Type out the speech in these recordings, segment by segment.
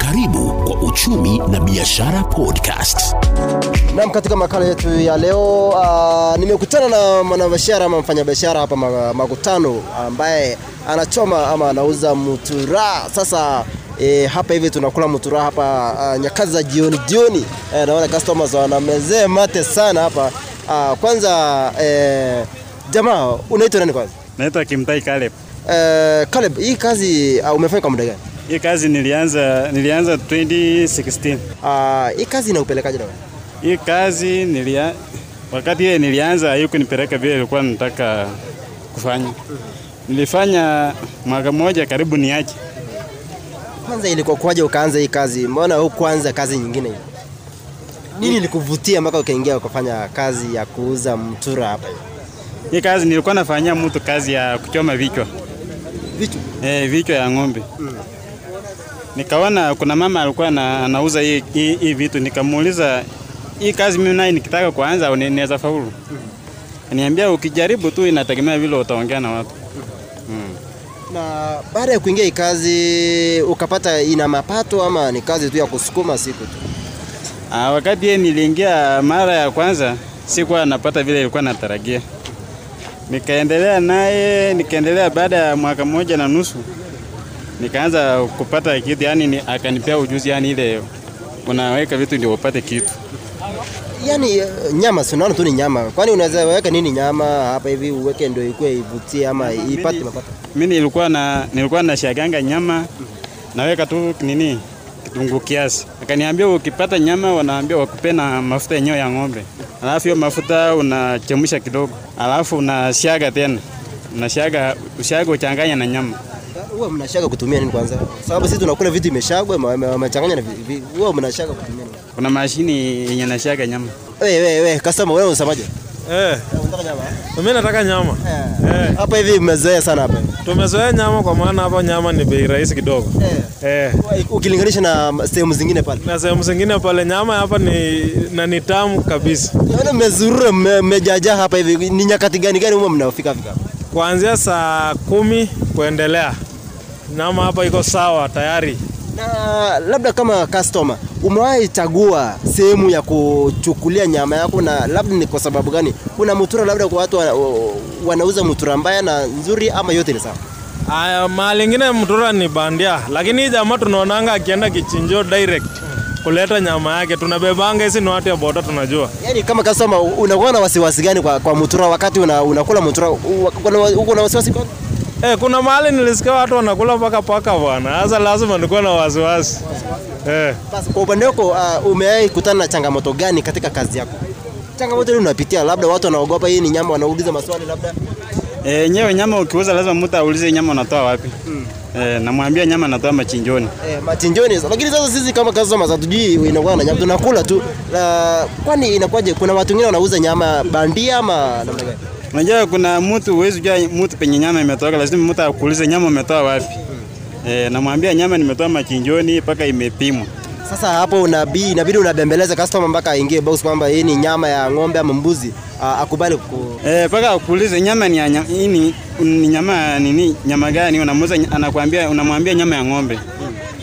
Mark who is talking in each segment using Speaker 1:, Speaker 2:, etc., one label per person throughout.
Speaker 1: Karibu kwa Uchumi na Biashara Podcast.
Speaker 2: Naam, katika makala yetu ya leo uh, nimekutana na mwanabiashara ama mfanyabiashara hapa ma- Makutano ambaye anachoma ama anauza mutura. Sasa e, hapa hivi tunakula mutura hapa uh, nyakati za jioni jioni. E, naona customers wanamezee mate sana hapa. Uh, kwanza e, jamaa unaitwa nani kwanza?
Speaker 3: Naitwa Kimtai Caleb.
Speaker 2: E, Caleb, hii kazi uh, umefanya kwa muda gani?
Speaker 3: Hii kazi nilianza nilianza 2016.
Speaker 2: Uh, hii kazi inaupelekaje na wewe?
Speaker 3: Hii kazi nilia, wakati ile nilianza haikunipeleka vile ilikuwa nataka kufanya. Nilifanya mwaka mmoja karibu niache.
Speaker 2: Kwanza ilikuwa kwaje ukaanza hii kazi? Mbona hukuanza kazi nyingine hiyo? Nini ilikuvutia mpaka ukaingia ukafanya kazi ya kuuza mtura hapa hivi?
Speaker 3: Hii kazi nilikuwa nafanyia mtu kazi ya kuchoma vichwa
Speaker 2: Vitu
Speaker 3: eh, vichwa ya ng'ombe nikaona kuna mama alikuwa na, anauza hii, hii, hii vitu nikamuuliza hii kazi mimi naye nikitaka kuanza ni- naweza faulu niambia ukijaribu tu inategemea vile utaongea na watu
Speaker 2: na baada ya kuingia hii kazi ukapata ina mapato ama ni kazi tu ya kusukuma siku tu?
Speaker 3: Ah, wakati yeye niliingia mara ya kwanza sikuwa napata vile ilikuwa natarajia. Nikaendelea naye, nikaendelea baada ya mwaka mmoja na nusu nikaanza kupata kitu, yani ni, akanipea ujuzi yani ile unaweka vitu ndio upate kitu.
Speaker 2: Yaani eh, nyama, si unaona tu ni nyama, kwani unaweza weka nini nyama hapa hivi uweke ndio ikuwe ivutie ama ipate mapato?
Speaker 3: Mimi nilikuwa na nilikuwa nashaganga nyama naweka tu nini kitunguu kiasi. Akaniambia ukipata nyama wanaambia wakupe na mafuta yenyewe ya ng'ombe, alafu hiyo mafuta unachemsha kidogo, alafu unasiaga tena unasiaga usiaga uchanganya na nyama.
Speaker 2: Huwa mnashaka kutumia nini kwanza? Sababu sisi tunakula vitu imeshagwa, wamechanganya na vi- vi- huwa mnashaka kutumia nini?
Speaker 3: Kuna mashini yenye nasiaga nyama.
Speaker 2: Wewe wewe wewe, customer wewe unasemaje?
Speaker 4: Eh,
Speaker 2: Unataka nyama? eh?
Speaker 4: mimi nataka nyama.
Speaker 2: Eh. Hapa hivi mmezoea sana hapa.
Speaker 4: Tumezoea nyama kwa maana hapa nyama ni bei rahisi kidogo. Eh.
Speaker 2: Ukilinganisha na sehemu zingine pale.
Speaker 4: Na sehemu zingine pale nyama hapa ni na ni tamu kabisa.
Speaker 2: Naona Yaani mmezurura mme- mmejajaa hapa hivi. Ni nyakati gani gani humo mnafika fika?
Speaker 4: Kuanzia saa kumi kuendelea. Nyama hapa iko sawa tayari.
Speaker 2: Na labda kama customer umewahi chagua sehemu ya kuchukulia nyama yako, na labda ni kwa sababu gani? Kuna mutura labda kwa watu wana, wanauza mutura mbaya na nzuri, ama yote ni sawa?
Speaker 4: Aya, mahali ingine mtura ni bandia, lakini hii jamaa tunaonanga akienda kichinjio direct kuleta nyama yake. Tunabebanga hizi ni watu ya boda tunajua.
Speaker 2: Yaani kama customer unakuwa na wasiwasi gani kwa, kwa mutura wakati una, unakula mutura? Uko na- uko na wasiwasi gani?
Speaker 4: Eh, kuna mahali nilisikia watu wanakula mpaka paka bwana. Sasa lazima nikuwa na wasiwasi. Eh.
Speaker 2: Basi kwa upande wako uh, umewahi kutana na changamoto gani katika kazi yako? Changamoto ile unapitia, labda watu wanaogopa hii ni nyama, wanauliza maswali labda.
Speaker 3: E, yenyewe nyama ukiuza lazima mtu aulize nyama unatoa wapi. E, namwambia nyama natoa machinjoni.
Speaker 2: Eh, machinjoni. sasa. Lakini sasa sisi kama customers hatujui inakuwa na nyama, tunakula tu. La, kwani inakuwaje? Kuna watu wengine wanauza nyama bandia ama namna gani?
Speaker 3: Unajua kuna mtu huwezi kujua mtu penye nyama imetoka, lazima mtu akuulize nyama umetoa wapi. E, namwambia nyama nimetoa machinjoni mpaka imepimwa.
Speaker 2: Sasa hapo unabii inabidi unabembeleza customer mpaka aingie box kwamba hii ni nyama ya ng'ombe ama mbuzi, ah, akubali ku
Speaker 3: Eh, mpaka akuulize nyama ni ya nya- hii ni ni nyama ya nini, nyama gani unamuuza, anakuambia unamwambia nyama ya ng'ombe.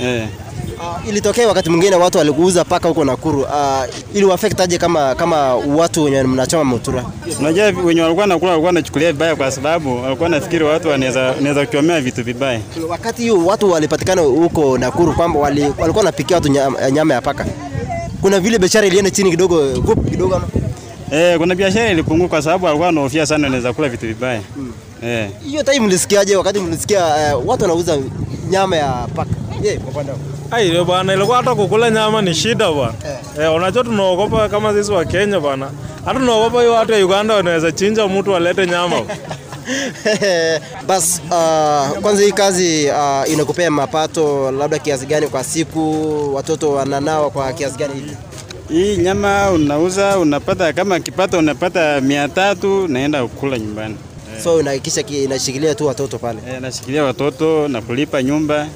Speaker 3: Eh,
Speaker 2: Ah, ilitokea wakati mwingine watu walikuuza paka huko Nakuru. Uh, ili affect aje kama kama watu wenye mnachoma mutura?
Speaker 3: unajua wenye walikuwa nakula walikuwa wanachukulia vibaya kwa sababu walikuwa nafikiri watu wanaweza wanaweza kuchomea vitu vibaya.
Speaker 2: Wakati huu watu walipatikana huko Nakuru kwamba wali, walikuwa wanapikia watu nyama, eh, nyama ya paka. Kuna vile biashara ilienda chini kidogo, gup kidogo ama
Speaker 3: Eh, kuna biashara ilipungua kwa sababu walikuwa wanahofia sana wanaweza kula vitu vibaya. Eh,
Speaker 2: hiyo time mlisikiaje? Wakati mlisikia uh, watu wanauza nyama ya paka yeah, kwa upande wangu.
Speaker 4: Ai, ile bwana ilikuwa hata kukula nyama ni shida bwana. Eh, unajua tunaogopa kama sisi wa Kenya bwana. Hata tunaogopa hiyo watu ya Uganda wanaweza chinja mtu walete nyama.
Speaker 2: bas uh, kwanza hii kazi uh, inakupea mapato labda kiasi gani kwa siku watoto wananawa kwa kiasi gani hivi
Speaker 3: Hii nyama unauza unapata kama kipato unapata mia tatu naenda kukula nyumbani.
Speaker 2: so inahakikisha ki- inashikilia tu watoto pale
Speaker 3: Eh, nashikilia watoto na kulipa nyumba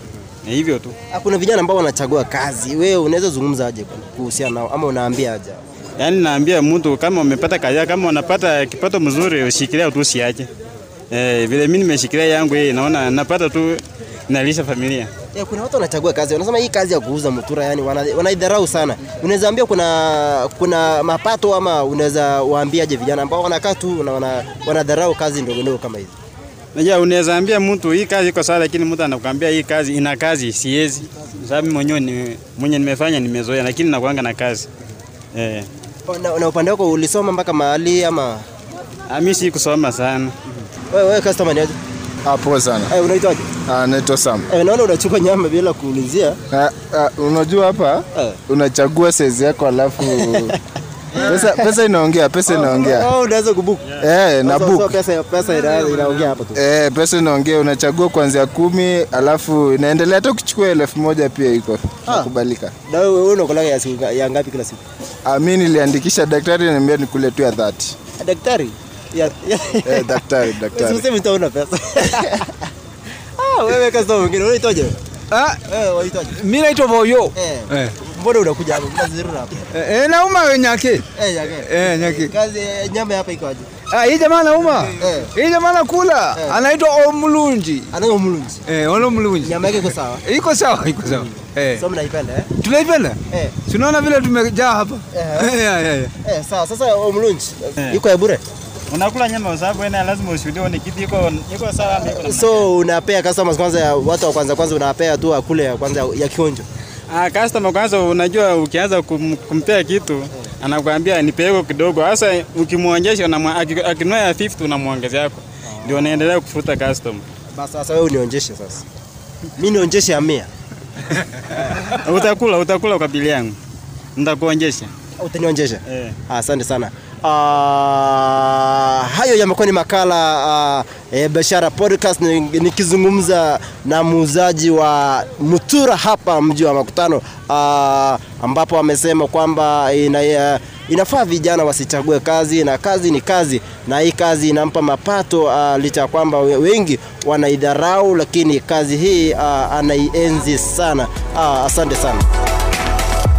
Speaker 3: na hivyo tu.
Speaker 2: Ah, kuna vijana ambao wanachagua kazi wewe unaweza zungumza aje kuhusiana nao ama unaambia aje
Speaker 3: Yaani naambia mtu kama umepata kazi, kama unapata kipato mzuri ushikilia tu usiache. Eh, vile mimi nimeshikilia yangu hii naona napata tu nalisha familia.
Speaker 2: Eh, kuna watu wanachagua kazi wanasema hii kazi ya kuuza mutura yani wana- wanaidharau sana unaweza ambia kuna kuna mapato ama unaweza waambiaje vijana ambao wanakaa tu na wana- wanadharau kazi ndogo ndogo kama hizi
Speaker 3: Unajua unaweza ambia mtu hii kazi iko sawa, lakini mtu anakuambia hii kazi ina kazi, siwezi. Sababu mimi mwenyewe ni mwenye nimefanya nimezoea, lakini nakuanga na kazi. Eh,
Speaker 2: Oh, na, na upande wako ulisoma mpaka mahali ama
Speaker 3: ah, mimi si kusoma sana.
Speaker 2: wewe we, customer ni aje
Speaker 5: Ah, poa sana.
Speaker 2: Eh, unaitwaje
Speaker 5: Ah, naitwa Sam.
Speaker 2: Eh, naona unachukua nyama bila kuulizia
Speaker 5: Ah, ah, unajua hapa
Speaker 2: Eh.
Speaker 5: unachagua size yako alafu pesa, pesa inaongea, pesa inaongea.
Speaker 2: Oh, unaweza kubuku
Speaker 5: Eh, na
Speaker 2: So- so
Speaker 5: book.
Speaker 2: pesa pesa ina- inaongea hapo tu
Speaker 5: Eh, pesa inaongea, unachagua kuanzia kumi alafu inaendelea hata kuchukua elfu moja pia iko
Speaker 6: Ah.
Speaker 5: nakubalika.
Speaker 2: na wewe wewe unakulaga ya, siku- ya ngapi kila siku
Speaker 5: Ah, mi niliandikisha daktari, niambia nikule tu ya 30.
Speaker 2: daktari ya, ya,
Speaker 5: Eh, daktari, daktari.
Speaker 2: Usiseme utaona pesa. Ah, wewe kazi mwingine unaitwaje? wewe?
Speaker 6: Ah,
Speaker 2: Wewe unaitwaje?
Speaker 6: mi naitwa Voyo.
Speaker 2: Eh.
Speaker 6: Eh.
Speaker 2: Mbona unakuja hapa? Mbona zirura hapa?
Speaker 6: Eh, eh, nauma we nyaki.
Speaker 2: Eh, yake.
Speaker 6: Eh, nyaki.
Speaker 2: Kazi eh, nyama hapa iko aje?
Speaker 6: Ah, hii jamaa nauma.
Speaker 2: Eh.
Speaker 6: Hii jamaa nakula.
Speaker 2: Eh.
Speaker 6: Anaitwa Omlunji.
Speaker 2: Anayo mlunzi.
Speaker 6: Eh, ono Mlunji.
Speaker 2: Nyama yake iko sawa.
Speaker 6: Iko sawa, iko sawa. Eh.
Speaker 2: Sio mnaipenda eh?
Speaker 6: Tunaipenda?
Speaker 2: Eh.
Speaker 6: Tunaona vile tumejaa hapa. Eh, ya, ya, ya.
Speaker 2: Eh, sawa. Sasa omlunzi
Speaker 3: Eh.
Speaker 2: iko ya bure.
Speaker 3: Unakula nyama kwa sababu wewe lazima ushuhudie ni kitu iko iko sawa ama iko namna.
Speaker 2: So unapea customers kwanza ya watu wa kwanza kwanza unawapea tu akule ya kwanza ya kionjo.
Speaker 3: Ah, customer kwanza, unajua ukianza kum, kumpea kitu anakuambia nipeleko kidogo. Sasa ukimwonyesha unamwa- aki- akinunua ya 50 unamwongezea yako, ndio unaendelea kufuta customer.
Speaker 2: Basi sasa wewe unionjeshe sasa. Mimi nionjeshe ya 100.
Speaker 3: Utakula utakula kwa bili yangu, nitakuonyesha
Speaker 2: Utanionjesha?
Speaker 3: eh.
Speaker 2: Ah, Asante sana. Ah, hayo yamekuwa ni makala ah, eh, Biashara Podcast ni- nikizungumza na muuzaji wa Mutura hapa mji wa Makutano ah, ambapo amesema kwamba ina, eh, inafaa vijana wasichague kazi na kazi ni kazi na hii kazi inampa mapato ah, licha ya kwamba we- wengi wanaidharau, lakini kazi hii ah, anaienzi sana. Ah, Asante sana.